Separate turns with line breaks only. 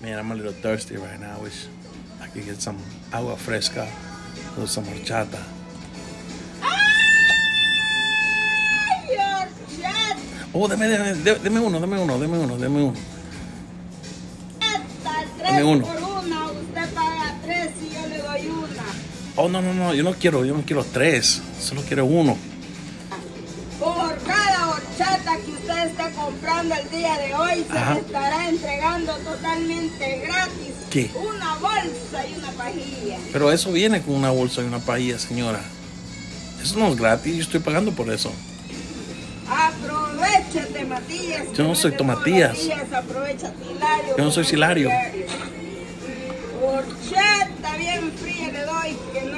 Man, I'm a little thirsty right now. I wish I could get some agua fresca or some horchata.
¡Ay, horchata!
Oh, deme, deme, de- deme uno, deme uno, deme uno, deme uno.
Tres
uno.
por una. Usted paga tres y yo le doy una.
Oh, no, no, no, yo no quiero, yo no quiero tres, solo quiero uno.
Por cada horchata que usted esté comprando el día de hoy, se
Ajá.
le estará entregando totalmente gratis
¿Qué?
una bolsa y una pajilla.
Pero eso viene con una bolsa y una paella, señora. Eso no es gratis, yo estoy pagando por eso.
Aprovechate, Matías.
Yo no soy
Todos
tu
los
Matías.
días aprovechate, Hilario.
Yo no soy Silario.
Horchata bien fría le doy, que no